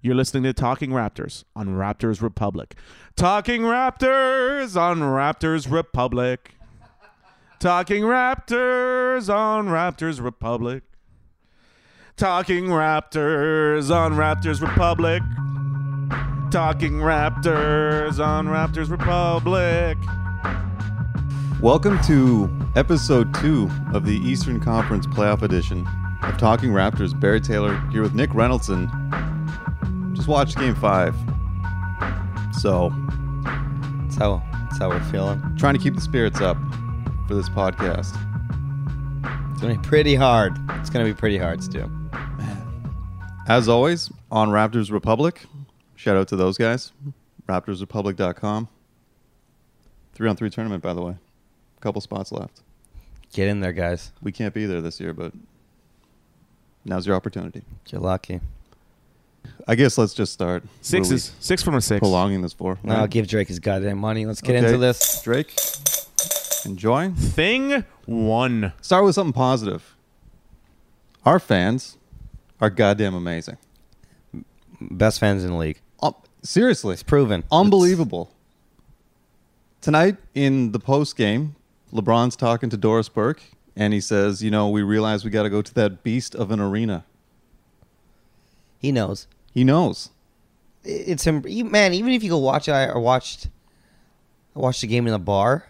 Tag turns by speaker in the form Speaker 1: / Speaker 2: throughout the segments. Speaker 1: You're listening to Talking Raptors on Raptors Republic. Talking Raptors on Raptors Republic. Talking Raptors on Raptors Republic. Talking Raptors on Raptors Republic. Talking Raptors on Raptors Republic.
Speaker 2: Welcome to episode two of the Eastern Conference Playoff Edition of Talking Raptors. Barry Taylor here with Nick Reynoldson. Just watched game five. So,
Speaker 3: That's how, that's how we're feeling.
Speaker 2: trying to keep the spirits up for this podcast.
Speaker 3: It's going to be pretty hard. It's going to be pretty hard, Stu.
Speaker 2: As always, on Raptors Republic, shout out to those guys. RaptorsRepublic.com. Three on three tournament, by the way. A couple spots left.
Speaker 3: Get in there, guys.
Speaker 2: We can't be there this year, but now's your opportunity.
Speaker 3: You're lucky.
Speaker 2: I guess let's just start. What are we
Speaker 1: Sixes. Six from a six.
Speaker 2: Prolonging this for.
Speaker 3: Now I'll give Drake his goddamn money. Let's get
Speaker 2: Okay.
Speaker 3: into this.
Speaker 2: Drake, enjoy.
Speaker 1: Thing one.
Speaker 2: Start with something positive. Our fans are goddamn amazing.
Speaker 3: Best fans in the league.
Speaker 2: Um, seriously,
Speaker 3: It's proven.
Speaker 2: unbelievable. Tonight in the post game, LeBron's talking to Doris Burke, and he says, "You know, we realize we got to go to that beast of an arena."
Speaker 3: It's- he knows.
Speaker 2: He knows.
Speaker 3: I- It's him. you- Man, even if you go watch, I I watched, I watched the game in the bar,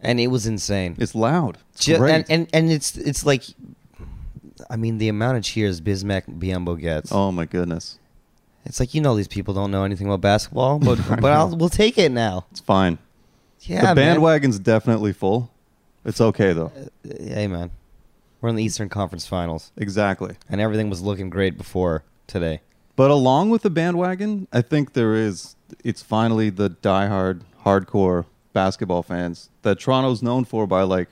Speaker 3: and it was insane.
Speaker 2: It's loud. It's
Speaker 3: Ju-
Speaker 2: great.
Speaker 3: and, and and it's it's like, I mean, the amount of cheers Bismack Biombo gets.
Speaker 2: oh my goodness,
Speaker 3: It's like you know these people don't know anything about basketball, but but I'll, we'll take it now.
Speaker 2: it's fine.
Speaker 3: Yeah,
Speaker 2: the
Speaker 3: man.
Speaker 2: bandwagon's definitely full. It's okay though.
Speaker 3: Hey, man, we're in the Eastern Conference Finals,
Speaker 2: Exactly.
Speaker 3: and everything was looking great before today.
Speaker 2: But along with the bandwagon, I think there is it's finally the diehard hardcore basketball fans that Toronto's known for by like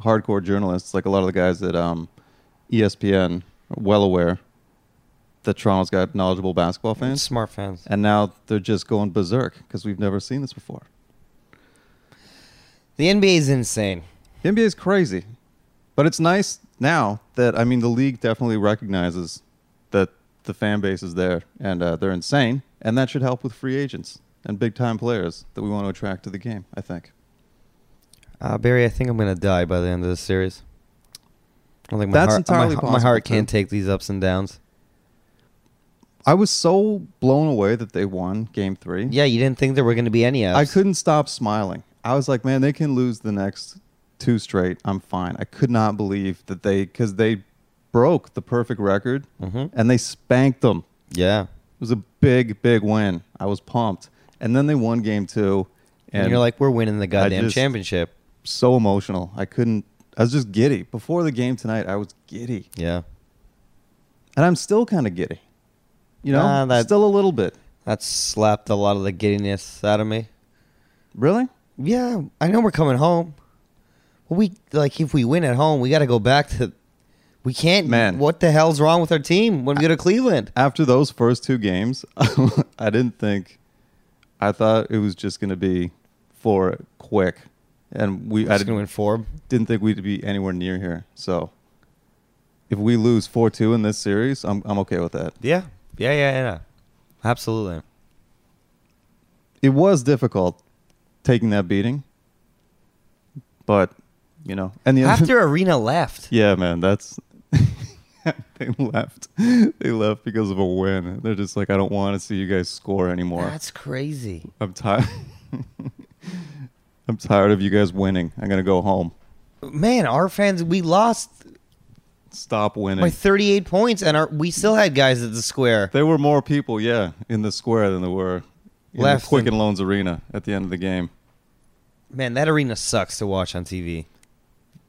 Speaker 2: hardcore journalists, like a lot of the guys at um, ESPN are well aware that Toronto's got knowledgeable basketball fans.
Speaker 3: Smart fans.
Speaker 2: And now they're just going berserk because we've never seen this before.
Speaker 3: The NBA is insane.
Speaker 2: The NBA is crazy. But it's nice now that, I mean, the league definitely recognizes that the fan base is there and uh, they're insane. And that should help with free agents and big time players that we want to attract to the game, I think.
Speaker 3: Uh, Barry, I think I'm gonna die by the end of this series. I don't think my
Speaker 2: That's
Speaker 3: heart, my-
Speaker 2: entirely
Speaker 3: my,
Speaker 2: possible,
Speaker 3: heart
Speaker 2: too.
Speaker 3: can't take these ups and downs.
Speaker 2: I was so blown away that they won game three.
Speaker 3: Yeah, you didn't think there were gonna be any ups.
Speaker 2: I couldn't stop smiling. I was like, man, they can lose the next two straight. I'm fine. I could not believe that they, because they broke the perfect record
Speaker 3: Mhm.
Speaker 2: and they spanked them.
Speaker 3: Yeah,
Speaker 2: It was a big, big win. I was pumped. And then they won game two.
Speaker 3: and, you're like, we're winning the goddamn
Speaker 2: just-
Speaker 3: championship.
Speaker 2: so emotional. I couldn't, I was just giddy. Before the game tonight, I was giddy.
Speaker 3: Yeah,
Speaker 2: And I'm still kind of giddy. You know,
Speaker 3: Ah, that-
Speaker 2: still a little bit.
Speaker 3: that slapped a lot of the giddiness out of me.
Speaker 2: Really?
Speaker 3: Yeah, I know we're coming home. But we like if we win at home, we got to go back to. We can't.
Speaker 2: Man.
Speaker 3: what the hell's wrong with our team when we go to Cleveland?
Speaker 2: After those first two games, I didn't think, I thought it was just going to be four quick. And we, I
Speaker 3: Just gonna
Speaker 2: didn't,
Speaker 3: win four.
Speaker 2: didn't think we'd be anywhere near here. So if we lose 4 2 in this series, I'm, I'm okay with that.
Speaker 3: Yeah, yeah, yeah, yeah. Absolutely.
Speaker 2: it was difficult taking that beating, but you know, and the other,
Speaker 3: After Arena left,
Speaker 2: yeah, man, that's they left. They left because of a win. They're just like, I don't want to see you guys score anymore.
Speaker 3: that's crazy.
Speaker 2: I'm tired. I'm tired of you guys winning. I'm gonna go home.
Speaker 3: Man, our fans, we lost
Speaker 2: Stop winning.
Speaker 3: by 38 points, and our, we still had guys at the square.
Speaker 2: there were more people, yeah, in the square than there were in
Speaker 3: Left
Speaker 2: the Quicken
Speaker 3: and-
Speaker 2: Loans Arena at the end of the game.
Speaker 3: Man, that arena sucks to watch on TV.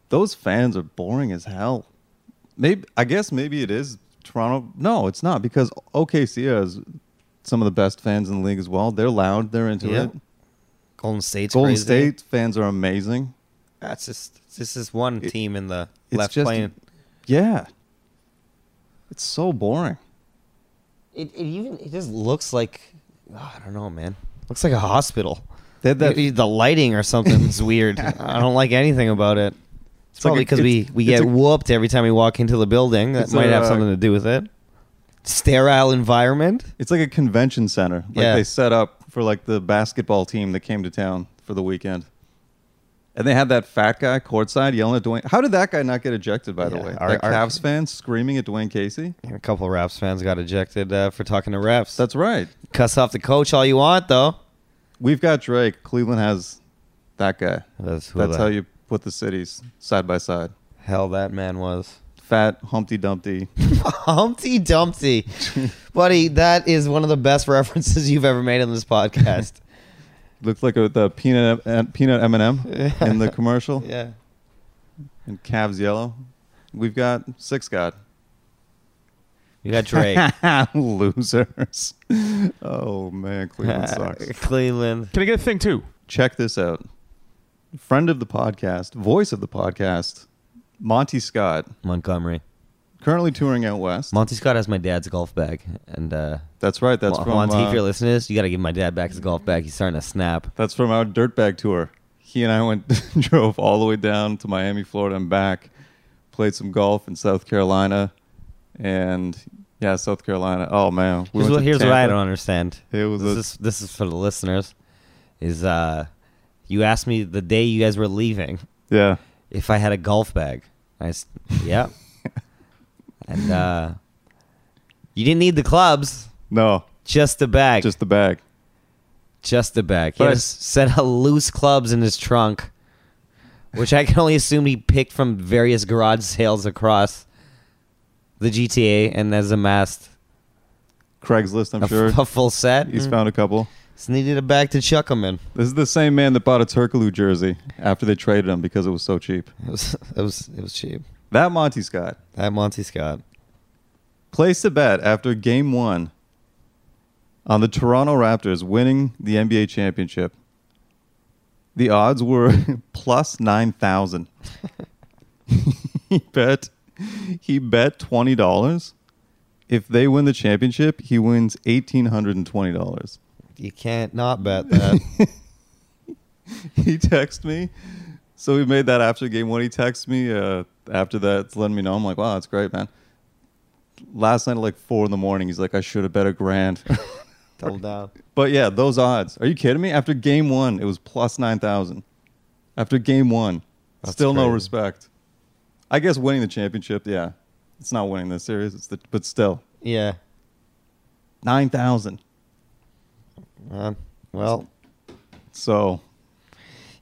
Speaker 2: those fans are boring as hell. Maybe I guess maybe it is Toronto. No, it's not because OKC has some of the best fans in the league as well. They're loud. They're into
Speaker 3: Yeah.
Speaker 2: it.
Speaker 3: Golden State's
Speaker 2: Golden
Speaker 3: crazy.
Speaker 2: State fans are amazing.
Speaker 3: That's just this is one
Speaker 2: It-
Speaker 3: team in the
Speaker 2: It's
Speaker 3: left
Speaker 2: just-
Speaker 3: plane.
Speaker 2: Yeah, it's so boring.
Speaker 3: It, it even it just looks like oh, I don't know, man. Looks like a hospital.
Speaker 2: They had that.
Speaker 3: Maybe the lighting or something is weird. I don't like anything about it. It's,
Speaker 2: like
Speaker 3: probably
Speaker 2: a-
Speaker 3: 'cause probably because
Speaker 2: it's-
Speaker 3: we we
Speaker 2: it's
Speaker 3: get
Speaker 2: a-
Speaker 3: whooped every time we walk into the building. That
Speaker 2: it's
Speaker 3: might
Speaker 2: a,
Speaker 3: have
Speaker 2: uh,
Speaker 3: something to do with it. sterile environment.
Speaker 2: It's like a convention center. Like
Speaker 3: Yeah.
Speaker 2: they set up for like the basketball team that came to town for the weekend. And they had that fat guy courtside yelling at Dwayne. How did that guy not get ejected, by the
Speaker 3: Yeah,
Speaker 2: way?
Speaker 3: our-
Speaker 2: that
Speaker 3: our-
Speaker 2: Cavs fan screaming at Dwayne Casey?
Speaker 3: A couple of refs fans got ejected uh, for talking to refs.
Speaker 2: That's right.
Speaker 3: Cuss off the coach all you want, though.
Speaker 2: We've got Drake. Cleveland has that guy.
Speaker 3: That's who
Speaker 2: That's
Speaker 3: the
Speaker 2: how you put the cities side by side.
Speaker 3: hell that man was.
Speaker 2: Fat Humpty Dumpty.
Speaker 3: Humpty Dumpty. Buddy, that is one of the best references you've ever made on this podcast.
Speaker 2: Looked like a, the peanut uh, peanut M and M in the commercial.
Speaker 3: yeah.
Speaker 2: And Cavs yellow. We've got six god.
Speaker 3: You got Drake.
Speaker 2: Losers. Oh man, Cleveland sucks.
Speaker 3: Cleveland.
Speaker 1: Can I get a thing too?
Speaker 2: Check this out. Friend of the podcast, voice of the podcast, Monty Scott,
Speaker 3: Montgomery.
Speaker 2: currently touring out west.
Speaker 3: Monty Scott has my dad's golf bag. And uh,
Speaker 2: that's right. That's
Speaker 3: Mon-
Speaker 2: from
Speaker 3: Monty,
Speaker 2: uh,
Speaker 3: if you're listening to this, you got to give my dad back his golf bag. He's starting to snap.
Speaker 2: That's from our dirtbag tour. He and I went drove all the way down to Miami, Florida, and back. Played some golf in South Carolina, and yeah, South Carolina. Oh man,
Speaker 3: here's
Speaker 2: went
Speaker 3: what,
Speaker 2: to
Speaker 3: here's what I
Speaker 2: Tampa.
Speaker 3: don't understand.
Speaker 2: It was
Speaker 3: this
Speaker 2: a-
Speaker 3: is this is for the listeners. Is uh, you asked me the day you guys were leaving
Speaker 2: Yeah,
Speaker 3: if I had a golf bag. I s- yeah, and uh, you didn't need the clubs,
Speaker 2: no,
Speaker 3: just the bag,
Speaker 2: just
Speaker 3: just,
Speaker 2: the bag.
Speaker 3: the bag. He
Speaker 2: But I
Speaker 3: had a
Speaker 2: s-
Speaker 3: set of loose clubs in his trunk, which I can only assume he picked from various garage sales across the GTA and as amassed
Speaker 2: Craigslist, I'm
Speaker 3: a,
Speaker 2: sure.
Speaker 3: f- a full set.
Speaker 2: He's
Speaker 3: Mm.
Speaker 2: found a couple.
Speaker 3: Just needed a bag to chuck him in.
Speaker 2: This is the same man that bought a Turkaloo jersey after they traded him because it was so cheap.
Speaker 3: It was it was it was cheap.
Speaker 2: That Monty Scott
Speaker 3: That Monty Scott.
Speaker 2: placed a bet after game one on the Toronto Raptors winning the NBA championship. The odds were plus 9,000. he bet he bet $20. If they win the championship, he wins $1,820.
Speaker 3: You can't not bet that.
Speaker 2: he texted me. So we made that after game one. He texted me uh, after that, it's letting me know. I'm like, wow, that's great, man. Last night at like four in the morning, he's like, I should have bet a grand.
Speaker 3: Double down.
Speaker 2: but yeah, those odds. Are you kidding me? After game one, it was plus 9,000. After game one,
Speaker 3: That's
Speaker 2: still no
Speaker 3: crazy.
Speaker 2: respect. I guess winning the championship, yeah. It's not winning the series, it's the, but still,
Speaker 3: Yeah.
Speaker 2: 9,000.
Speaker 3: Uh, well,
Speaker 2: So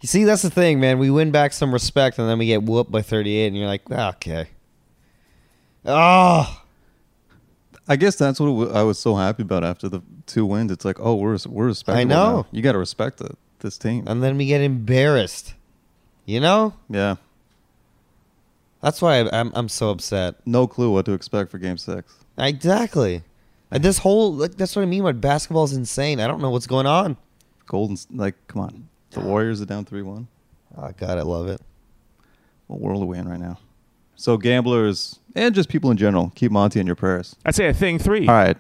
Speaker 3: you see, that's the thing, man. We win back some respect, and then we get whooped by 38, and you're like, "Ah, okay. Oh,
Speaker 2: I guess that's what wa- I was so happy about after the two wins. It's like, oh, we're we're respectable.
Speaker 3: I know.
Speaker 2: now. you got to respect the, this team.
Speaker 3: and then we get embarrassed. You know,
Speaker 2: yeah,
Speaker 3: that's why I- I'm I'm so upset.
Speaker 2: no clue what to expect for Game Six.
Speaker 3: Exactly. And this whole like that's what I mean by basketball is insane. I don't know what's going on.
Speaker 2: Golden, s- like, come on, the Warriors are down three one.
Speaker 3: Oh God, I love it.
Speaker 2: What world are we in right now? So gamblers and just people in general, keep Monty in your prayers.
Speaker 1: I'd say a thing three.
Speaker 2: All right,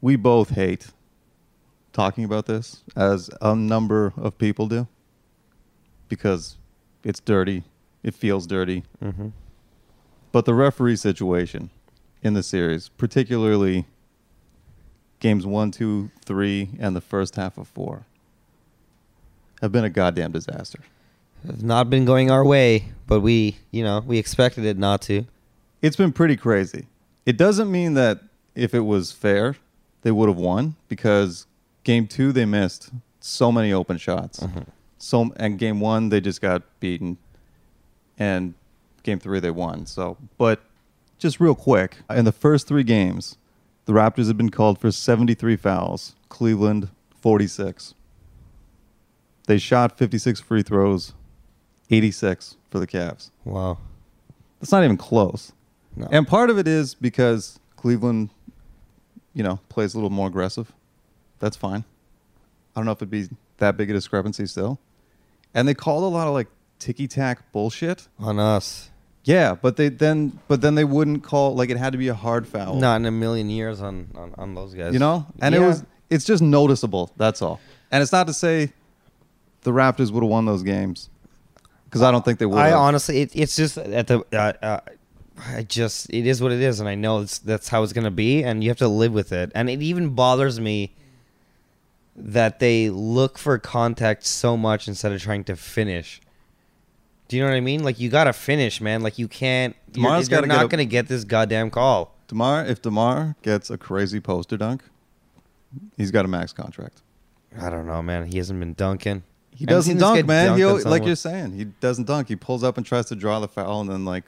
Speaker 2: we both hate talking about this, as a number of people do, because it's dirty. It feels dirty.
Speaker 3: Mm-hmm.
Speaker 2: But the referee situation in the series, particularly games one, two, three, and the first half of four, have been a goddamn disaster.
Speaker 3: It's not been going our way, but we, you know, we expected it not to.
Speaker 2: It's been pretty crazy. It doesn't mean that if it was fair, they would have won because game two, they missed so many open shots. So, and game one, they just got beaten. and game three they won. So, but just real quick, in the first three games, the Raptors have been called for 73 fouls, Cleveland 46. They shot 56 free throws, 86 for the Cavs.
Speaker 3: Wow.
Speaker 2: That's not even close.
Speaker 3: No.
Speaker 2: And part of it is because Cleveland, you know, plays a little more aggressive. That's fine. I don't know if it'd be that big a discrepancy still. And they called a lot of like ticky tack bullshit.
Speaker 3: on us.
Speaker 2: Yeah, but they then but then they wouldn't call like it had to be a hard foul.
Speaker 3: Not in a million years on on, on those guys.
Speaker 2: Oh. You know? And it
Speaker 3: Yeah.
Speaker 2: was it's just noticeable, that's all. And it's not to say the Raptors would have won those games cuz I don't think they would.
Speaker 3: I
Speaker 2: have.
Speaker 3: honestly, it, it's just at the uh, uh, I just it is what it is, and I know it's that's how it's gonna be, and you have to live with it. And it even bothers me that they look for contact so much instead of trying to finish. Do you know what I mean? Like you gotta finish, man. Like you can't. You're,
Speaker 2: Tomorrow's
Speaker 3: you're
Speaker 2: gotta get
Speaker 3: not
Speaker 2: a-
Speaker 3: gonna get this goddamn call.
Speaker 2: Damar, if Damar gets a crazy poster dunk, he's got a max contract.
Speaker 3: I don't know, man. He hasn't been dunking.
Speaker 2: He
Speaker 3: I haven't
Speaker 2: doesn't
Speaker 3: seen this
Speaker 2: dunk,
Speaker 3: kid
Speaker 2: man.
Speaker 3: dunk
Speaker 2: He
Speaker 3: on
Speaker 2: al- like
Speaker 3: someone.
Speaker 2: you're saying, he doesn't dunk. He pulls up and tries to draw the foul, and then like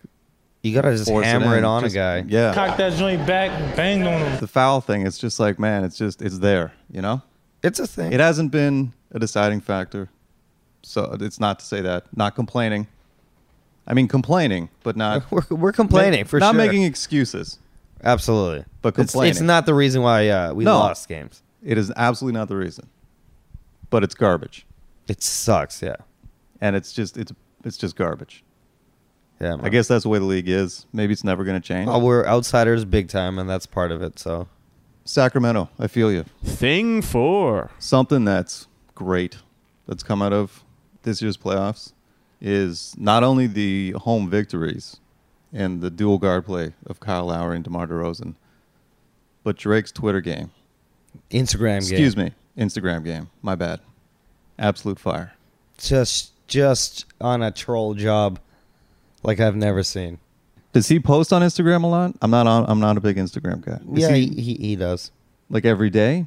Speaker 3: You gotta just
Speaker 2: force
Speaker 3: hammer it,
Speaker 2: in.
Speaker 3: on
Speaker 2: Just-
Speaker 3: a guy.
Speaker 2: Yeah,
Speaker 4: Cocked that joint back, banged on him.
Speaker 2: the foul thing. It's just like, man, it's just it's there. You know,
Speaker 3: It's a thing.
Speaker 2: it hasn't been a deciding factor. So it's not to say that not complaining. I mean, complaining, but not
Speaker 3: we're, we're Uh, complaining for
Speaker 2: not
Speaker 3: sure.
Speaker 2: making excuses.
Speaker 3: absolutely,
Speaker 2: but
Speaker 3: It's- It's,
Speaker 2: complaining.
Speaker 3: not the reason why uh, we
Speaker 2: No.
Speaker 3: lost games.
Speaker 2: It is absolutely not the reason, but it's garbage,
Speaker 3: It sucks. Yeah.
Speaker 2: and it's just it's it's just garbage.
Speaker 3: Yeah.
Speaker 2: I
Speaker 3: man.
Speaker 2: guess that's the way the league is. Maybe it's never going to change.
Speaker 3: Well, we're outsiders big time, and that's part of it. So
Speaker 2: Sacramento, I feel you.
Speaker 1: Thing four.
Speaker 2: Something that's great that's come out of this year's playoffs is not only the home victories and the dual guard play of Kyle Lowry and DeMar DeRozan, but Drake's Twitter game.
Speaker 3: Instagram
Speaker 2: Excuse me, Instagram game. My bad. Absolute fire.
Speaker 3: Just just on a troll job, like I've never seen.
Speaker 2: Does he post on Instagram a lot? I'm not on. I'm not a big Instagram guy. Is
Speaker 3: yeah, he,
Speaker 2: he,
Speaker 3: he, he does.
Speaker 2: like every day.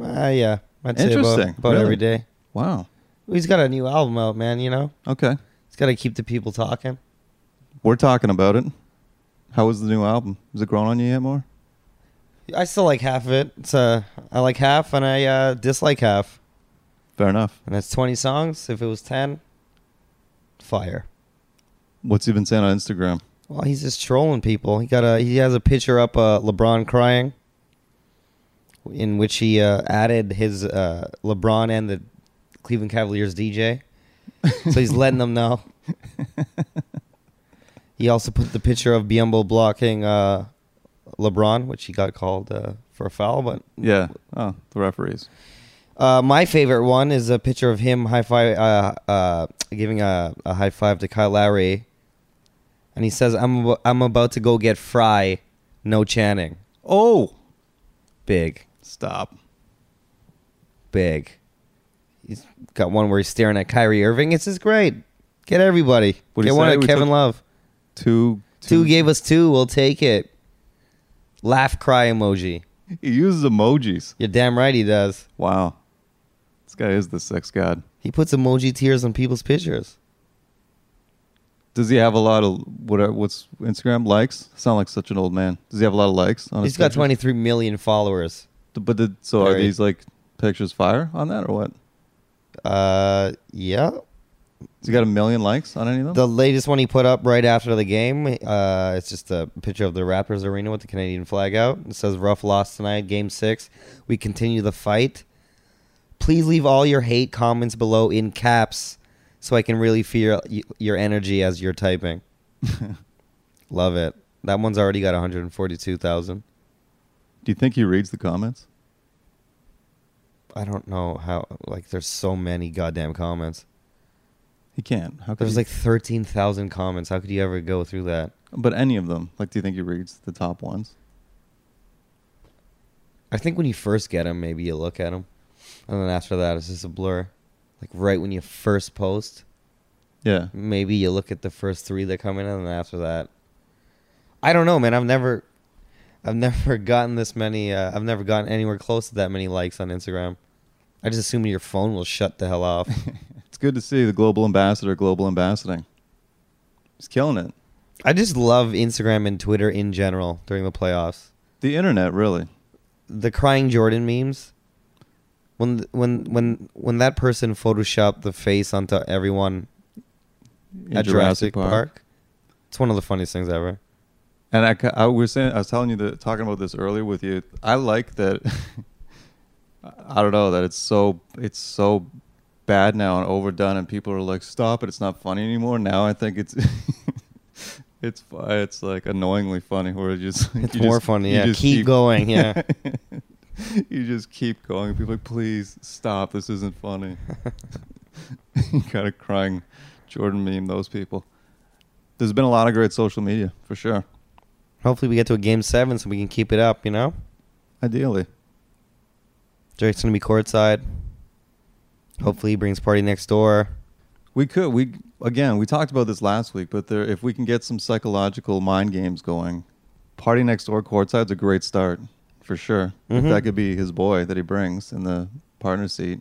Speaker 3: Uh, yeah, I'd say about-
Speaker 2: Interesting,
Speaker 3: About,
Speaker 2: really.
Speaker 3: every day.
Speaker 2: Wow.
Speaker 3: He's got a new album out, man. You know,
Speaker 2: Okay.
Speaker 3: he's got to keep the people talking.
Speaker 2: We're talking about it. How was the new album? Is it growing on you yet more?
Speaker 3: I still like half of it. It's uh, I like half and I uh, dislike half,
Speaker 2: Fair enough.
Speaker 3: and that's twenty songs. If it was ten, fire.
Speaker 2: What's he been saying on Instagram?
Speaker 3: Well, he's just trolling people. He got a he has a picture up uh, LeBron crying, in which he uh, added his uh, LeBron and the Cleveland Cavaliers DJ. So he's letting them know. He also put the picture of Biombo blocking uh, LeBron, which he got called uh, for a foul. But
Speaker 2: yeah. Oh, the referees.
Speaker 3: uh, my favorite one is a picture of him high five, uh, uh, giving a, a high five to Kyle Lowry, and he says, "I'm ab- I'm about to go get Fry, no Channing,
Speaker 2: Oh,
Speaker 3: big,
Speaker 2: stop.
Speaker 3: big." He's got one where he's staring at Kyrie Irving. This is great. Get everybody.
Speaker 2: What'd he
Speaker 3: get one
Speaker 2: say?
Speaker 3: at
Speaker 2: We
Speaker 3: Kevin
Speaker 2: took-
Speaker 3: Love.
Speaker 2: Two.
Speaker 3: Two gave us two. We'll take it. Laugh cry emoji.
Speaker 2: He uses emojis.
Speaker 3: You're damn right he does.
Speaker 2: Wow. This guy is the sex god.
Speaker 3: He puts emoji tears on people's pictures.
Speaker 2: Does he have a lot of what? Are, what's Instagram likes? Sound like such an old man. Does he have a lot of likes on
Speaker 3: He's
Speaker 2: his?
Speaker 3: got
Speaker 2: pictures?
Speaker 3: 23 million followers.
Speaker 2: But did, so are
Speaker 3: Very-
Speaker 2: these like pictures fire on that or what?
Speaker 3: Uh, yeah.
Speaker 2: Has he got a million likes on any of them?
Speaker 3: The latest one he put up right after the game, uh, it's just a picture of the Raptors arena with the Canadian flag out. It says "Rough loss tonight, Game Six. We continue the fight. Please leave all your hate comments below in caps, so I can really feel y- your energy as you're typing." Love it. That one's already got 142,000.
Speaker 2: Do you think he reads the comments?
Speaker 3: I don't know how. Like, there's so many goddamn comments.
Speaker 2: He can't. How could
Speaker 3: There's
Speaker 2: he-
Speaker 3: like 13,000 comments. How could you ever go through that?
Speaker 2: but any of them. Like, do you think he reads the top ones?
Speaker 3: I think when you first get them, maybe you look at them, and then after that, it's just a blur. Like right when you first post,
Speaker 2: Yeah.
Speaker 3: maybe you look at the first three that come in, and then after that, I don't know, man. I've never, I've never gotten this many. Uh, I've never gotten anywhere close to that many likes on Instagram. I just assume your phone will shut the hell off.
Speaker 2: It's good to see the global ambassador, global ambassading. He's killing it.
Speaker 3: I just love Instagram and Twitter in general during the playoffs.
Speaker 2: The internet, really.
Speaker 3: the crying Jordan memes. When when when when that person photoshopped the face onto everyone
Speaker 2: In
Speaker 3: at Jurassic, Park. it's one of the funniest things ever.
Speaker 2: And I, ca- I was saying, I was telling you that talking about this earlier with you. I like that. I don't know that it's so it's so bad now and overdone, and people are like, "Stop it! It's not funny anymore." Now I think it's it's fu- it's like annoyingly funny, where it just
Speaker 3: It's
Speaker 2: you
Speaker 3: more
Speaker 2: just-
Speaker 3: funny.
Speaker 2: you
Speaker 3: Yeah, keep,
Speaker 2: just
Speaker 3: going. Yeah,
Speaker 2: you just keep going. People are like, please stop. This isn't funny. you got a crying Jordan meme, those people. There's been a lot of great social media, for sure.
Speaker 3: Hopefully, we get to a game seven so we can keep it up. You know,
Speaker 2: Ideally.
Speaker 3: Drake's gonna be courtside. Hopefully, he brings party next door.
Speaker 2: We could we again we talked about this last week, but there if we can get some psychological mind games going, party next door courtside's a great start for sure. If
Speaker 3: Mhm.
Speaker 2: that could be his boy that he brings in the partner seat,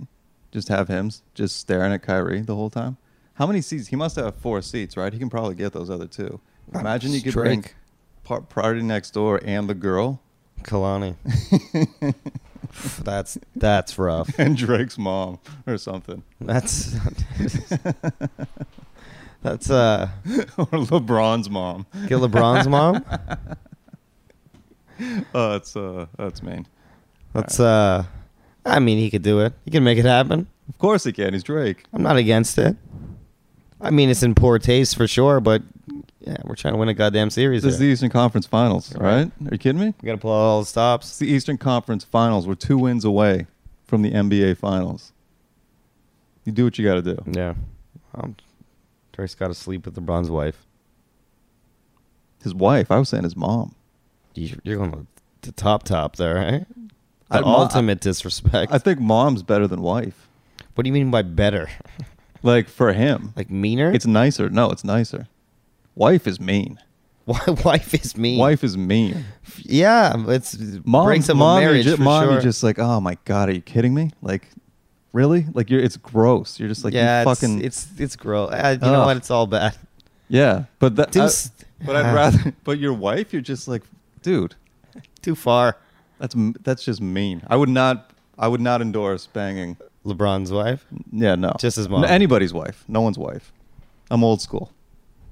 Speaker 2: just have him s- just staring at Kyrie the whole time. How many seats? He must have four seats, right? He can probably get those other two. Imagine you could bring
Speaker 3: Oh, Drake.
Speaker 2: par- party next door and the girl
Speaker 3: Kalani. Pff, that's that's rough.
Speaker 2: and Drake's mom or something,
Speaker 3: That's that's uh
Speaker 2: or LeBron's mom.
Speaker 3: get LeBron's mom.
Speaker 2: Oh, that's uh, that's mean.
Speaker 3: That's uh I mean he could do it. He can make it happen.
Speaker 2: Of course he can. He's Drake.
Speaker 3: I'm not against it. I mean it's in poor taste for sure, but yeah, we're trying to win a goddamn series.
Speaker 2: This is the
Speaker 3: here.
Speaker 2: Eastern Conference Finals,
Speaker 3: Right.
Speaker 2: right? Are you kidding me?
Speaker 3: we gotta pull out all the
Speaker 2: It's
Speaker 3: stops.
Speaker 2: the Eastern Conference Finals. We're two wins away from the NBA Finals. You do what you got to do.
Speaker 3: Yeah. Um, Drake's gotta sleep with LeBron's wife.
Speaker 2: His wife, I was saying his mom.
Speaker 3: You- You're going to top top there, right? The
Speaker 2: I'm not-
Speaker 3: ultimate disrespect.
Speaker 2: I think mom's better than wife.
Speaker 3: what do you mean by better?
Speaker 2: Like for him,
Speaker 3: Like meaner?
Speaker 2: it's nicer. No, it's nicer. Wife is mean.
Speaker 3: Why wife is mean.
Speaker 2: Wife is mean.
Speaker 3: Yeah, it's
Speaker 2: Mom,
Speaker 3: breaks up
Speaker 2: mom,
Speaker 3: a
Speaker 2: you're
Speaker 3: marriage
Speaker 2: ju-
Speaker 3: for
Speaker 2: mom,
Speaker 3: sure.
Speaker 2: you're just like, oh my god, are you kidding me? Like, really? Like you're, it's gross. You're just like,
Speaker 3: yeah,
Speaker 2: you
Speaker 3: it's-
Speaker 2: fucking,
Speaker 3: it's it's, gross. Uh, you know
Speaker 2: Ugh.
Speaker 3: what? It's all bad.
Speaker 2: yeah. But that,
Speaker 3: Dude,
Speaker 2: I-
Speaker 3: s-
Speaker 2: but I'd rather. But your wife, you're just like, dude.
Speaker 3: Too far.
Speaker 2: That's m- that's just mean. I would not. I would not endorse banging.
Speaker 3: LeBron's wife.
Speaker 2: Yeah, no.
Speaker 3: Just his mom.
Speaker 2: N- Anybody's wife. No one's wife. I'm old school.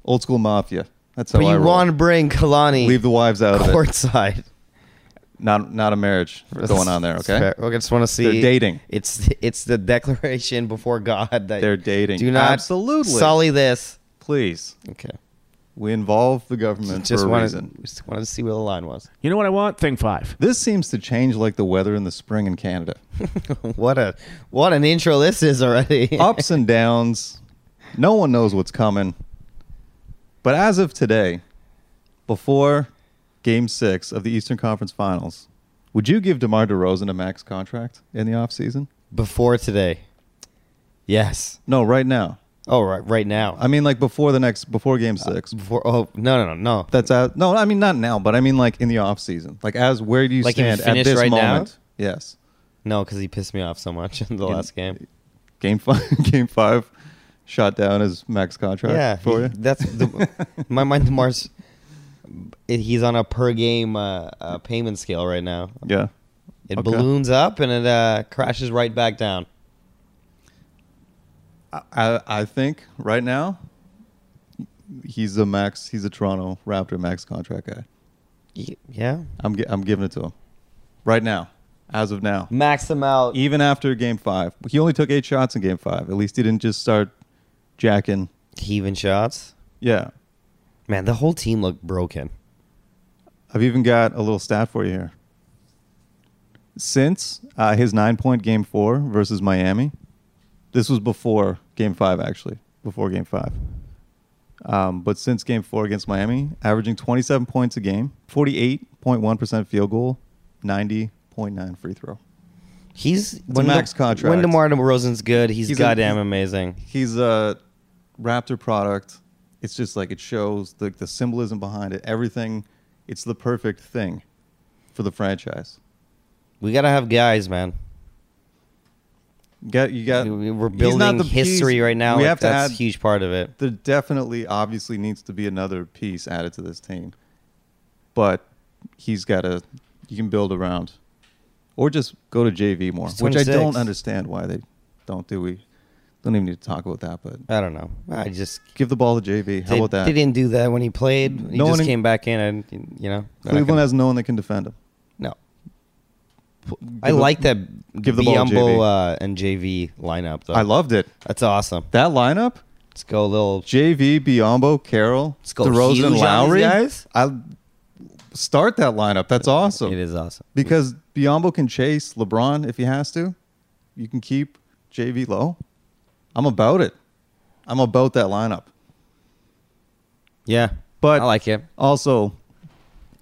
Speaker 2: Old school mafia. That's how
Speaker 3: but
Speaker 2: I
Speaker 3: you
Speaker 2: roll.
Speaker 3: want to bring Kalani
Speaker 2: leave the wives out of it.
Speaker 3: courtside.
Speaker 2: Not not a marriage going on there.
Speaker 3: It's
Speaker 2: Okay.
Speaker 3: fair. Okay, I just want to see.
Speaker 2: They're dating.
Speaker 3: It's it's the declaration before God that
Speaker 2: They're dating.
Speaker 3: Do not
Speaker 2: Absolutely.
Speaker 3: sully this.
Speaker 2: Please,
Speaker 3: Okay.
Speaker 2: we involve the government
Speaker 3: Just
Speaker 2: for a
Speaker 3: wanted,
Speaker 2: reason.
Speaker 3: just wanted to see where the line was.
Speaker 1: You know what I want? Thing five.
Speaker 2: This seems to change like the weather in the spring in Canada.
Speaker 3: what a what an intro this is already.
Speaker 2: ups and downs. No one knows what's coming. But as of today, before game six of the Eastern Conference Finals, would you give DeMar DeRozan a max contract in the offseason?
Speaker 3: before today. Yes.
Speaker 2: No, right now.
Speaker 3: Oh, right, right now.
Speaker 2: I mean, like before the next, before game six.
Speaker 3: Before, oh no no no no.
Speaker 2: That's out. No, I mean, not now, but I mean, like in the offseason. Like, as where do you
Speaker 3: Like if you
Speaker 2: stand at
Speaker 3: finish
Speaker 2: this
Speaker 3: right now?
Speaker 2: moment? Yes.
Speaker 3: No, because he pissed me off so much in the
Speaker 2: In-
Speaker 3: last game.
Speaker 2: Game five, game five shot down his max contract
Speaker 3: Yeah,
Speaker 2: for
Speaker 3: he-
Speaker 2: you.
Speaker 3: that's the, in my mind. Demar's he's on a per game uh, uh, payment scale right now.
Speaker 2: yeah.
Speaker 3: It
Speaker 2: Okay.
Speaker 3: balloons up and it uh, crashes right back down.
Speaker 2: I, I think right now he's a max. He's a Toronto Raptor max contract guy.
Speaker 3: Y- Yeah,
Speaker 2: I'm gi- I'm giving it to him right now, as of now.
Speaker 3: max them out.
Speaker 2: Even after Game Five, he only took eight shots in Game Five. At least he didn't just start jacking.
Speaker 3: Heaving shots.
Speaker 2: Yeah,
Speaker 3: Man, the whole team looked broken.
Speaker 2: I've even got a little stat for you here. Since uh, his nine-point Game Four versus Miami, this was before Game Five, actually, before Game Five. Um, but since game four against Miami, averaging 27 points a game, 48.1% field goal, 90.9 free throw.
Speaker 3: He's
Speaker 2: max
Speaker 3: De-
Speaker 2: contract.
Speaker 3: When DeMar DeRozan's good, he's,
Speaker 2: He's a-
Speaker 3: goddamn
Speaker 2: he's-
Speaker 3: amazing.
Speaker 2: He's a Raptor product. It's just like it shows the, the symbolism behind it, everything. It's the perfect thing for the franchise.
Speaker 3: We gotta have guys, man.
Speaker 2: You got, you got,
Speaker 3: We- We're
Speaker 2: he's not
Speaker 3: building
Speaker 2: the-
Speaker 3: history
Speaker 2: he's-
Speaker 3: right now.
Speaker 2: We
Speaker 3: like,
Speaker 2: have to
Speaker 3: that's
Speaker 2: add,
Speaker 3: a huge part of it.
Speaker 2: there definitely, obviously, needs to be another piece added to this team. But he's got to, you can build around. Or just go to JV more,
Speaker 3: He's
Speaker 2: which I
Speaker 3: 26.
Speaker 2: don't understand why they don't do. We don't even need to talk about that, but
Speaker 3: I don't know. I just
Speaker 2: give the ball to JV. How
Speaker 3: they,
Speaker 2: about that?
Speaker 3: They didn't do that when he played. He
Speaker 2: No
Speaker 3: just
Speaker 2: one in-
Speaker 3: came back in, and you know, they're not
Speaker 2: Cleveland
Speaker 3: gonna-
Speaker 2: has no one that can defend him.
Speaker 3: no. I
Speaker 2: Give the-
Speaker 3: like that
Speaker 2: give the ball to
Speaker 3: Biombo
Speaker 2: JV.
Speaker 3: uh, and JV lineup though.
Speaker 2: I loved it.
Speaker 3: that's awesome.
Speaker 2: That lineup,
Speaker 3: Let's go, little.
Speaker 2: JV, Biombo, Carroll,
Speaker 3: Let's go huge on
Speaker 2: DeRozan,
Speaker 3: these
Speaker 2: Lowry.
Speaker 3: guys.
Speaker 2: I start that lineup. That's awesome.
Speaker 3: It is awesome.
Speaker 2: because Biombo can chase LeBron if he has to. You can keep JV low. I'm about it. I'm about that lineup.
Speaker 3: Yeah,
Speaker 2: But-
Speaker 3: I like it.
Speaker 2: Also,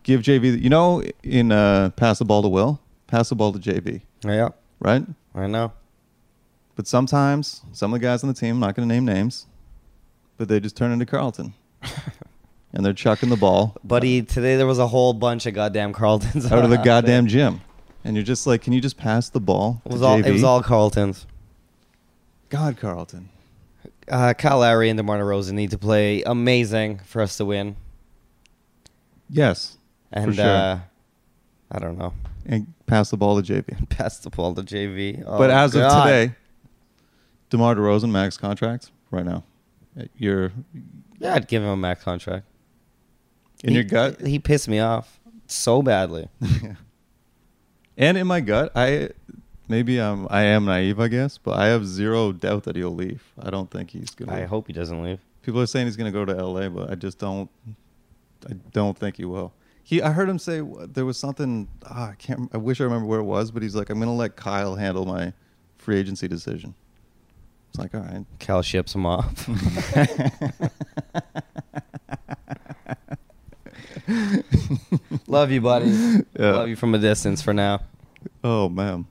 Speaker 2: give JV. You know, in uh, pass the ball to Will, pass the ball to JV,
Speaker 3: Yeah,
Speaker 2: right?
Speaker 3: I know.
Speaker 2: But sometimes some of the guys on the team, I'm not going to name names, but they just turn into Carlton, and they're chucking the ball
Speaker 3: Buddy, today there was a whole bunch of goddamn Carltons.
Speaker 2: out of the goddamn gym, and you're just like, can you just pass the ball?
Speaker 3: It was
Speaker 2: to
Speaker 3: all
Speaker 2: JV?
Speaker 3: it was all Carltons.
Speaker 2: God, Carlton.
Speaker 3: Uh, Kyle Lowry and DeMar DeRozan need to play amazing for us to win.
Speaker 2: Yes,
Speaker 3: And
Speaker 2: sure.
Speaker 3: uh, I don't know.
Speaker 2: and pass the ball to JV.
Speaker 3: Pass the ball to JV. Oh,
Speaker 2: but as
Speaker 3: God.
Speaker 2: of today, DeMar DeRozan max contract right now. You're
Speaker 3: yeah, I'd give him a max contract.
Speaker 2: in
Speaker 3: He-
Speaker 2: your gut,
Speaker 3: He pissed me off so badly.
Speaker 2: and in my gut, I maybe I'm I am naive, I guess, but I have zero doubt that he'll leave. I don't think he's gonna.
Speaker 3: I hope he doesn't leave.
Speaker 2: People are saying he's gonna go to L.A., but I just don't. I don't think he will. He, I heard him say wh- there was something. ah, I can't. I wish I remember where it was, but he's like, I'm gonna let Kyle handle my free agency decision. It's like, all right,
Speaker 3: Cal ships him off. Love you, buddy.
Speaker 2: Yeah.
Speaker 3: Love you from a distance for now.
Speaker 2: Oh man.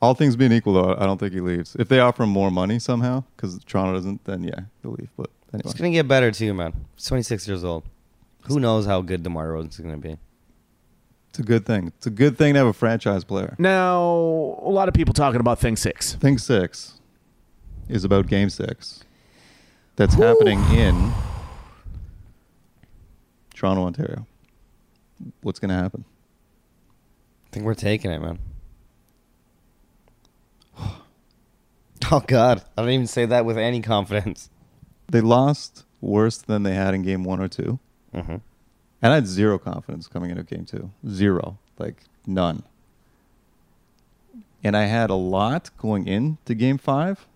Speaker 2: All things being equal, though, I don't think he leaves. If they offer him more money somehow, because Toronto doesn't, then yeah, he'll leave. But
Speaker 3: It's
Speaker 2: anyway,
Speaker 3: gonna get better too, man. He's 26 years old. Who knows how good Demar Rosen's gonna be?
Speaker 2: it's a good thing. It's a good thing to have a franchise player.
Speaker 1: Now, a lot of people talking about thing six.
Speaker 2: Thing six is about game six. That's happening in Toronto, Ontario. What's going to happen?
Speaker 3: I think we're taking it, man. Oh God, I don't even say that with any confidence.
Speaker 2: They lost worse than they had in game one or two.
Speaker 3: Mm-hmm.
Speaker 2: And I had zero confidence coming into game two. Zero. Like none. And I had a lot going into game five.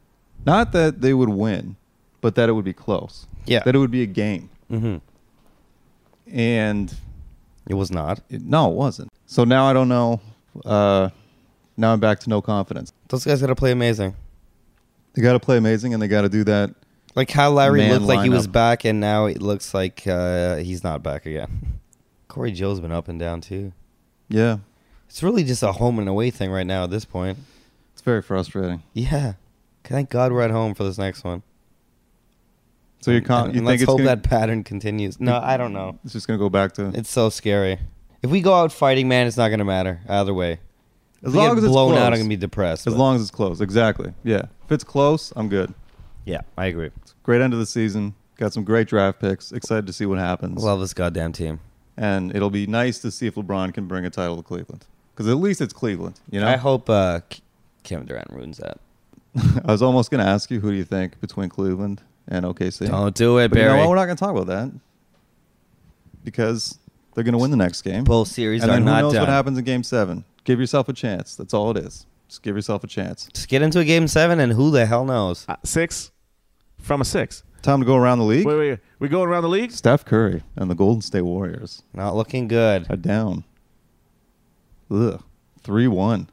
Speaker 2: Not that they would win, but that it would be close.
Speaker 3: Yeah.
Speaker 2: That it would be a game.
Speaker 3: Mm-hmm.
Speaker 2: And
Speaker 3: It was not.
Speaker 2: it, no, it wasn't. So now I don't know. Uh, now I'm back to no confidence.
Speaker 3: Those guys gotta play amazing.
Speaker 2: They got to play amazing and they got to do that.
Speaker 3: Like how Larry
Speaker 2: Man
Speaker 3: looked like he was
Speaker 2: lineup.
Speaker 3: back, and now it looks like uh, he's not back again. Corey Joe's been up and down too.
Speaker 2: Yeah.
Speaker 3: It's really just a home and away thing right now at this point.
Speaker 2: It's very frustrating.
Speaker 3: Yeah. Thank God we're at home for this next one.
Speaker 2: So you're con-
Speaker 3: And-
Speaker 2: you
Speaker 3: and
Speaker 2: think
Speaker 3: let's
Speaker 2: it's
Speaker 3: hope
Speaker 2: gonna,
Speaker 3: that pattern continues. No, I don't know.
Speaker 2: It's just going to go back to.
Speaker 3: It's so scary. If we go out fighting, man, it's not gonna matter either way.
Speaker 2: as
Speaker 3: If we
Speaker 2: long
Speaker 3: get
Speaker 2: as it's
Speaker 3: blown out, I'm
Speaker 2: close.
Speaker 3: gonna be depressed.
Speaker 2: As
Speaker 3: but-
Speaker 2: long as it's close, exactly. Yeah. If it's close, I'm good.
Speaker 3: yeah, I agree.
Speaker 2: Great end of the season. Got some great draft picks. Excited to see what happens.
Speaker 3: Love this goddamn team.
Speaker 2: and it'll be nice to see if LeBron can bring a title to Cleveland. Because at least it's Cleveland, you know.
Speaker 3: I hope uh, K- Kevin Durant ruins that.
Speaker 2: I was almost going to ask you who do you think between Cleveland and OKC.
Speaker 3: Don't do it,
Speaker 2: but you know
Speaker 3: Barry.
Speaker 2: what? We're not going to talk about that because they're going to win the next game.
Speaker 3: Both series
Speaker 2: and
Speaker 3: are
Speaker 2: then who
Speaker 3: not
Speaker 2: knows
Speaker 3: done.
Speaker 2: what happens in Game Seven? Give yourself a chance. That's all it is. Just give yourself a chance.
Speaker 3: Just get into a game seven, and who the hell knows?
Speaker 1: Uh, six from a six.
Speaker 2: Time to go around the league.
Speaker 1: Wait, wait, we going around the league?
Speaker 2: Steph Curry and the Golden State Warriors.
Speaker 3: Not looking good.
Speaker 2: are down. Ugh. 3 1.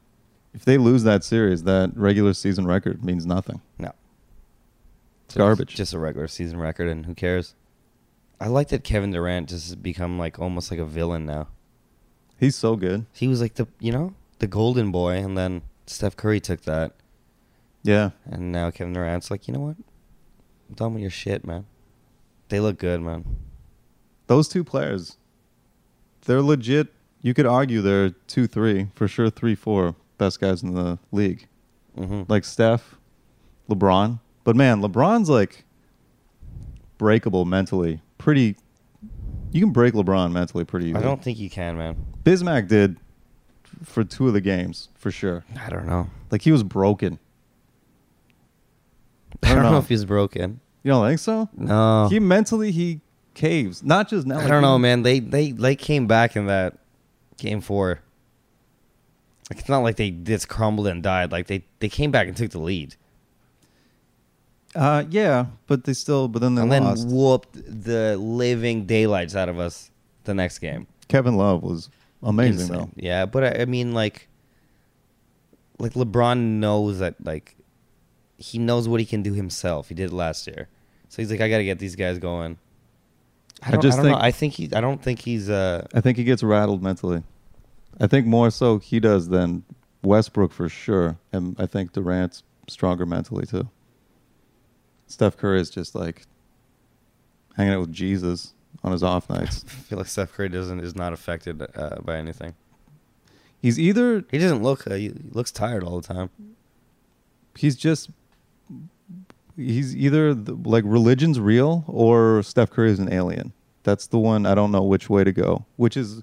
Speaker 2: If they lose that series, that regular season record means nothing.
Speaker 3: No,
Speaker 2: It's garbage.
Speaker 3: just a regular season record, and who cares? I like that Kevin Durant just has become like almost like a villain now.
Speaker 2: He's so good.
Speaker 3: He was like the you know the golden boy, and then Steph Curry took that,
Speaker 2: Yeah.
Speaker 3: and now Kevin Durant's like, you know what? I'm done with your shit, man. They look good, man.
Speaker 2: Those two players, they're legit. You could argue they're 2 3, for sure 3 4 best guys in the league.
Speaker 3: hmm
Speaker 2: Like Steph, LeBron. But man, LeBron's like breakable mentally. Pretty. You can break LeBron mentally pretty
Speaker 3: I
Speaker 2: easily.
Speaker 3: don't think you can, man.
Speaker 2: Bismack did for two of the games, for sure.
Speaker 3: I don't know.
Speaker 2: Like he was broken.
Speaker 3: I don't,
Speaker 2: don't
Speaker 3: know.
Speaker 2: know.
Speaker 3: if he's broken.
Speaker 2: You don't think so?
Speaker 3: No,
Speaker 2: He mentally he caves. Not just now.
Speaker 3: I
Speaker 2: like,
Speaker 3: don't know,
Speaker 2: he-
Speaker 3: man. They they they came back in that game four. Like it's not like they just crumbled and died. Like they they came back and took the lead
Speaker 2: Uh, yeah, but they still. But then they
Speaker 3: and
Speaker 2: lost.
Speaker 3: then whooped the living daylights out of us the next game.
Speaker 2: Kevin Love was amazing though.
Speaker 3: Insane. Yeah, but I, I mean, like, like LeBron knows that, like, he knows what he can do himself. He did it last year, so he's like, I got to get these guys going. I don't, I
Speaker 2: just
Speaker 3: don't
Speaker 2: think-
Speaker 3: know. I think he. I don't think he's. Uh,
Speaker 2: I think he gets rattled mentally. I think more so he does than Westbrook for sure, and I think Durant's stronger mentally too. Steph Curry is just like hanging out with Jesus on his off nights.
Speaker 3: I feel like Steph Curry doesn't is not affected uh, by anything.
Speaker 2: He's either
Speaker 3: He doesn't look. Uh, he he looks tired all the time.
Speaker 2: he's just he's either the, like religion's real or Steph Curry is an alien. That's the one I don't know which way to go. Which is,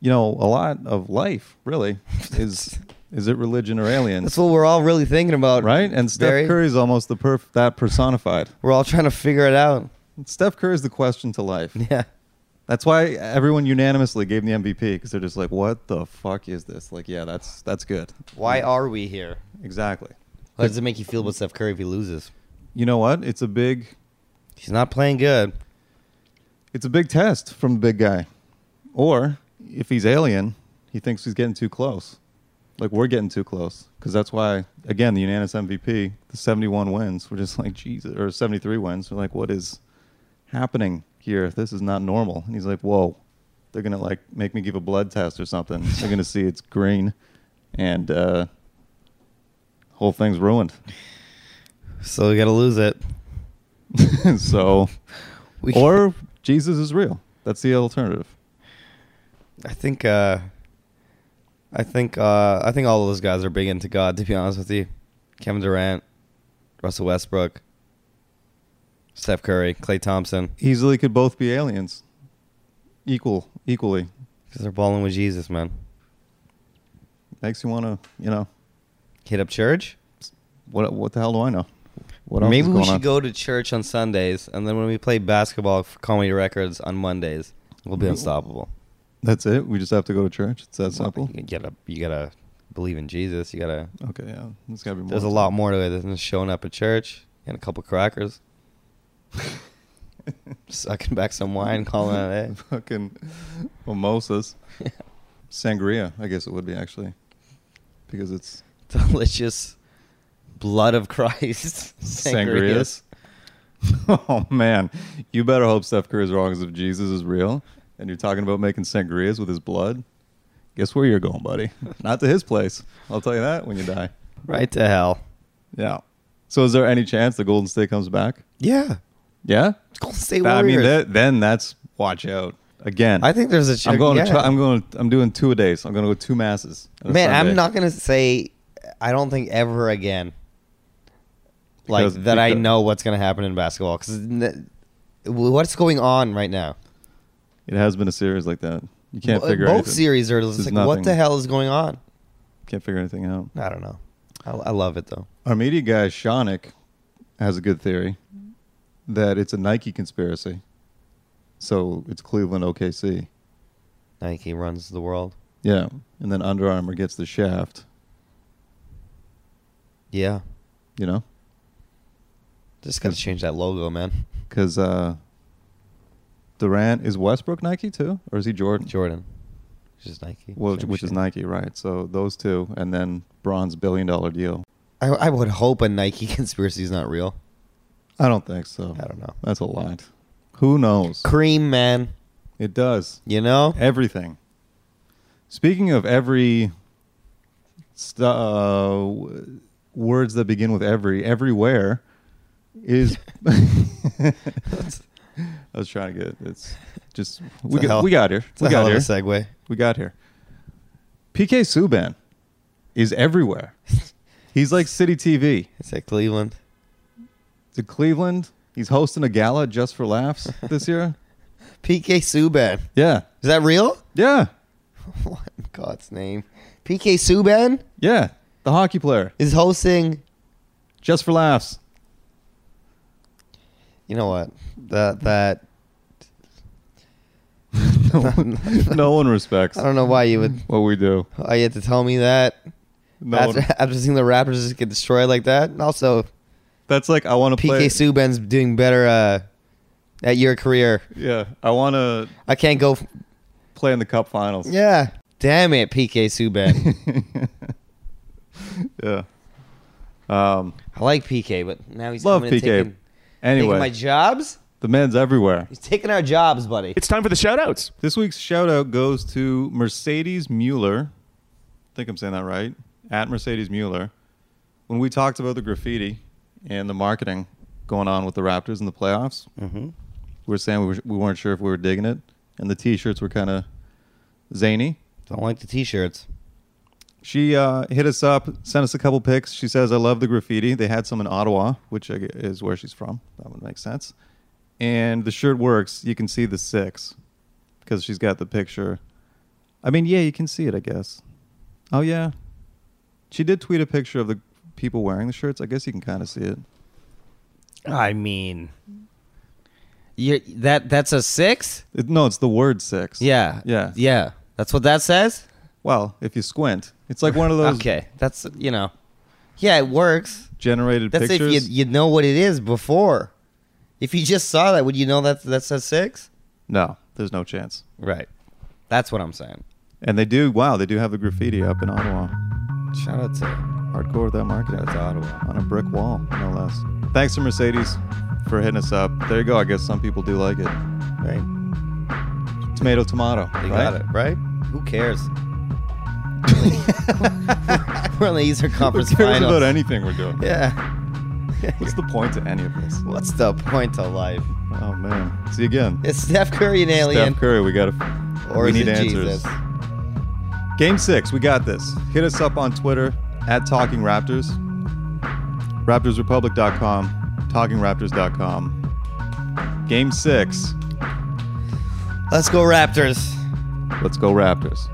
Speaker 2: you know, a lot of life really is is it religion or aliens?
Speaker 3: That's what we're all really thinking about,
Speaker 2: right? And Steph
Speaker 3: Barry.
Speaker 2: Curry's almost the perf that personified.
Speaker 3: We're all trying to figure it out.
Speaker 2: Steph Curry's the question to life.
Speaker 3: Yeah.
Speaker 2: That's why everyone unanimously gave him the MVP because they're just like, "What the fuck is this?" Like, yeah, that's that's good.
Speaker 3: Why are we here?
Speaker 2: Exactly.
Speaker 3: How does it make you feel about Steph Curry if he loses?
Speaker 2: You know what? It's a big
Speaker 3: He's not playing good.
Speaker 2: it's a big test from the big guy. Or if he's alien, he thinks he's getting too close. Like we're getting too close because that's why again the unanimous MVP, the 71 wins, we're just like Jesus or 73 wins. We're like, what is happening here? This is not normal. And he's like, whoa, they're gonna like make me give a blood test or something. they're gonna see it's green, and uh, whole thing's ruined.
Speaker 3: So we got to lose it.
Speaker 2: so,
Speaker 3: We
Speaker 2: or Jesus is real. That's the alternative.
Speaker 3: I think uh I think uh I think all of those guys are big into God to be honest with you. Kevin Durant, Russell Westbrook, Steph Curry, Clay Thompson.
Speaker 2: easily could both be aliens equal equally
Speaker 3: Cuz they're balling with Jesus, man.
Speaker 2: makes you want to you know
Speaker 3: Hit up church?
Speaker 2: what what the hell do i know what else
Speaker 3: Maybe
Speaker 2: is
Speaker 3: we
Speaker 2: going
Speaker 3: should
Speaker 2: on?
Speaker 3: go to church on Sundays and then when we play basketball for Comedy Records on Mondays, we'll be unstoppable.
Speaker 2: that's it we just have to go to church it's that simple
Speaker 3: You got to you got to believe in Jesus. You got to
Speaker 2: okay yeah there's gotta be more
Speaker 3: There's a lot more to it than just showing up at church and a couple crackers. Sucking back some wine, calling it a day.
Speaker 2: fucking mimosas sangria i guess it would be actually because it's
Speaker 3: Delicious blood of Christ.
Speaker 2: sangrias, oh man you better hope steph curry's wrong as if jesus is real and you're talking about making sangrias with his blood guess where you're going buddy not to his place i'll tell you that when you die
Speaker 3: Right to hell.
Speaker 2: Yeah. So is there any chance the Golden State comes back?
Speaker 3: Yeah.
Speaker 2: Yeah.
Speaker 3: Golden State
Speaker 2: I
Speaker 3: Warriors.
Speaker 2: mean, that, then that's watch out again.
Speaker 3: I think there's a chance.
Speaker 2: I'm going. To
Speaker 3: yeah.
Speaker 2: try, I'm going. to- I'm doing two a days. I'm going to go two masses. on a
Speaker 3: Man,
Speaker 2: Sunday.
Speaker 3: I'm not going to say, I don't think ever again, like,
Speaker 2: Because-
Speaker 3: that I
Speaker 2: because-
Speaker 3: know what's going to happen in basketball. Because what's going on right now?
Speaker 2: It has been a series like that. You can't
Speaker 3: Bo-
Speaker 2: figure
Speaker 3: Both
Speaker 2: anything.
Speaker 3: series are just
Speaker 2: There's
Speaker 3: like, what the
Speaker 2: nothing.
Speaker 3: hell is going on?
Speaker 2: Can't figure anything out.
Speaker 3: I don't know. I, I love it though.
Speaker 2: Our media guy Shonik has a good theory that it's a Nike conspiracy. So it's Cleveland OKC.
Speaker 3: Nike runs the world.
Speaker 2: Yeah, and then Under Armour gets the shaft.
Speaker 3: Yeah,
Speaker 2: You know.
Speaker 3: just gotta change that logo, man.
Speaker 2: Because uh, Durant is Westbrook Nike too, or is he Jordan?
Speaker 3: Jordan, which is Nike.
Speaker 2: Well,
Speaker 3: Same
Speaker 2: which is
Speaker 3: shit.
Speaker 2: Nike, right? So those two, and then Bron's billion dollar deal.
Speaker 3: I, I would hope a Nike conspiracy is not real.
Speaker 2: I don't think so.
Speaker 3: I don't know.
Speaker 2: That's a lot. Who knows?
Speaker 3: Cream, man.
Speaker 2: It does
Speaker 3: You know.
Speaker 2: everything. Speaking of every stu- uh, w- words that begin with every, everywhere is. I was trying to get it's just we
Speaker 3: a
Speaker 2: got,
Speaker 3: hell-
Speaker 2: we got here.
Speaker 3: It's
Speaker 2: We
Speaker 3: a
Speaker 2: got
Speaker 3: hell
Speaker 2: here.
Speaker 3: of a segue.
Speaker 2: we got here. PK Subban is everywhere. He's like City TV
Speaker 3: It's at Cleveland.
Speaker 2: to Cleveland. He's hosting a gala just for laughs this year.
Speaker 3: PK Subban.
Speaker 2: Yeah.
Speaker 3: Is that real?
Speaker 2: Yeah.
Speaker 3: what in God's name? PK Subban
Speaker 2: Yeah. The hockey player
Speaker 3: is hosting.
Speaker 2: just for laughs.
Speaker 3: You know what? That that
Speaker 2: no, one- no one respects
Speaker 3: I don't know why you would.
Speaker 2: what we do.
Speaker 3: Why you had to tell me that
Speaker 2: No
Speaker 3: after,
Speaker 2: one-
Speaker 3: after seeing the Raptors just get destroyed like that. And also,
Speaker 2: that's like I want to
Speaker 3: PK
Speaker 2: play.
Speaker 3: Subban's doing better uh, at your career.
Speaker 2: yeah, I want to
Speaker 3: I can't go. F-
Speaker 2: play in the cup finals.
Speaker 3: yeah. Damn it, PK Subban.
Speaker 2: yeah. Um.
Speaker 3: I like PK, but now he's
Speaker 2: Love
Speaker 3: coming and
Speaker 2: PK.
Speaker 3: taking, taking
Speaker 2: Anyway,
Speaker 3: my jobs.
Speaker 2: the The man's everywhere.
Speaker 3: He's taking our jobs, buddy.
Speaker 1: It's time for the shout outs.
Speaker 2: This week's shout out goes to Mercedes Mueller. I think I'm saying that right. At Mercedes Mueller. When we talked about the graffiti and the marketing going on with the Raptors in the playoffs, we
Speaker 3: Mhm.
Speaker 2: were saying we, were, we weren't sure if we were digging it, and the t shirts were kind of zany.
Speaker 3: Don't like the t-shirts.
Speaker 2: She uh, hit us up, sent us a couple pics. She says, I love the graffiti. They had some in Ottawa, which I gu- is where she's from. That would make sense. And the shirt works. You can see the six because she's got the picture. I mean, yeah, you can see it, I guess. Oh, yeah. She did tweet a picture of the people wearing the shirts. I guess you can kind of see it.
Speaker 5: I mean, you that that's a six.
Speaker 2: it. No, it's the word six.
Speaker 5: Yeah.
Speaker 2: Yeah.
Speaker 5: Yeah. That's what that says.
Speaker 2: Well, if you squint, it's like one of those
Speaker 5: okay. That's you know. Yeah, it works.
Speaker 2: generated
Speaker 3: That's
Speaker 2: pictures.
Speaker 3: if you you know what it is before. If you just saw that, would you know that that says six?
Speaker 2: no, there's no chance.
Speaker 3: Right.
Speaker 5: That's what I'm saying.
Speaker 2: And they do, wow, they do have the graffiti up in Ottawa.
Speaker 3: Shout out to
Speaker 2: Hardcore with that marketing.
Speaker 3: shout out to Ottawa.
Speaker 2: on a brick wall, no less. Thanks to Mercedes for hitting us up. There you go. I guess some people do like it.
Speaker 3: Right.
Speaker 2: Tomato, tomato.
Speaker 3: They got it. Right. Who cares? We're in the Eastern Conference
Speaker 2: Who cares
Speaker 3: Finals.
Speaker 2: about anything we're doing?
Speaker 3: yeah.
Speaker 2: What's the point to any of this?
Speaker 3: What's the point of life?
Speaker 2: Oh man. See you again.
Speaker 3: Is Steph Curry an alien?
Speaker 2: Steph Curry, we gotta.
Speaker 3: or
Speaker 2: we
Speaker 3: is
Speaker 2: need
Speaker 3: it
Speaker 2: answers.
Speaker 3: Jesus?
Speaker 2: Game six, we got this. Hit us up on Twitter at Talking Raptors, RaptorsRepublic.com, TalkingRaptors.com. Game six,
Speaker 3: Let's go Raptors.
Speaker 2: let's go Raptors.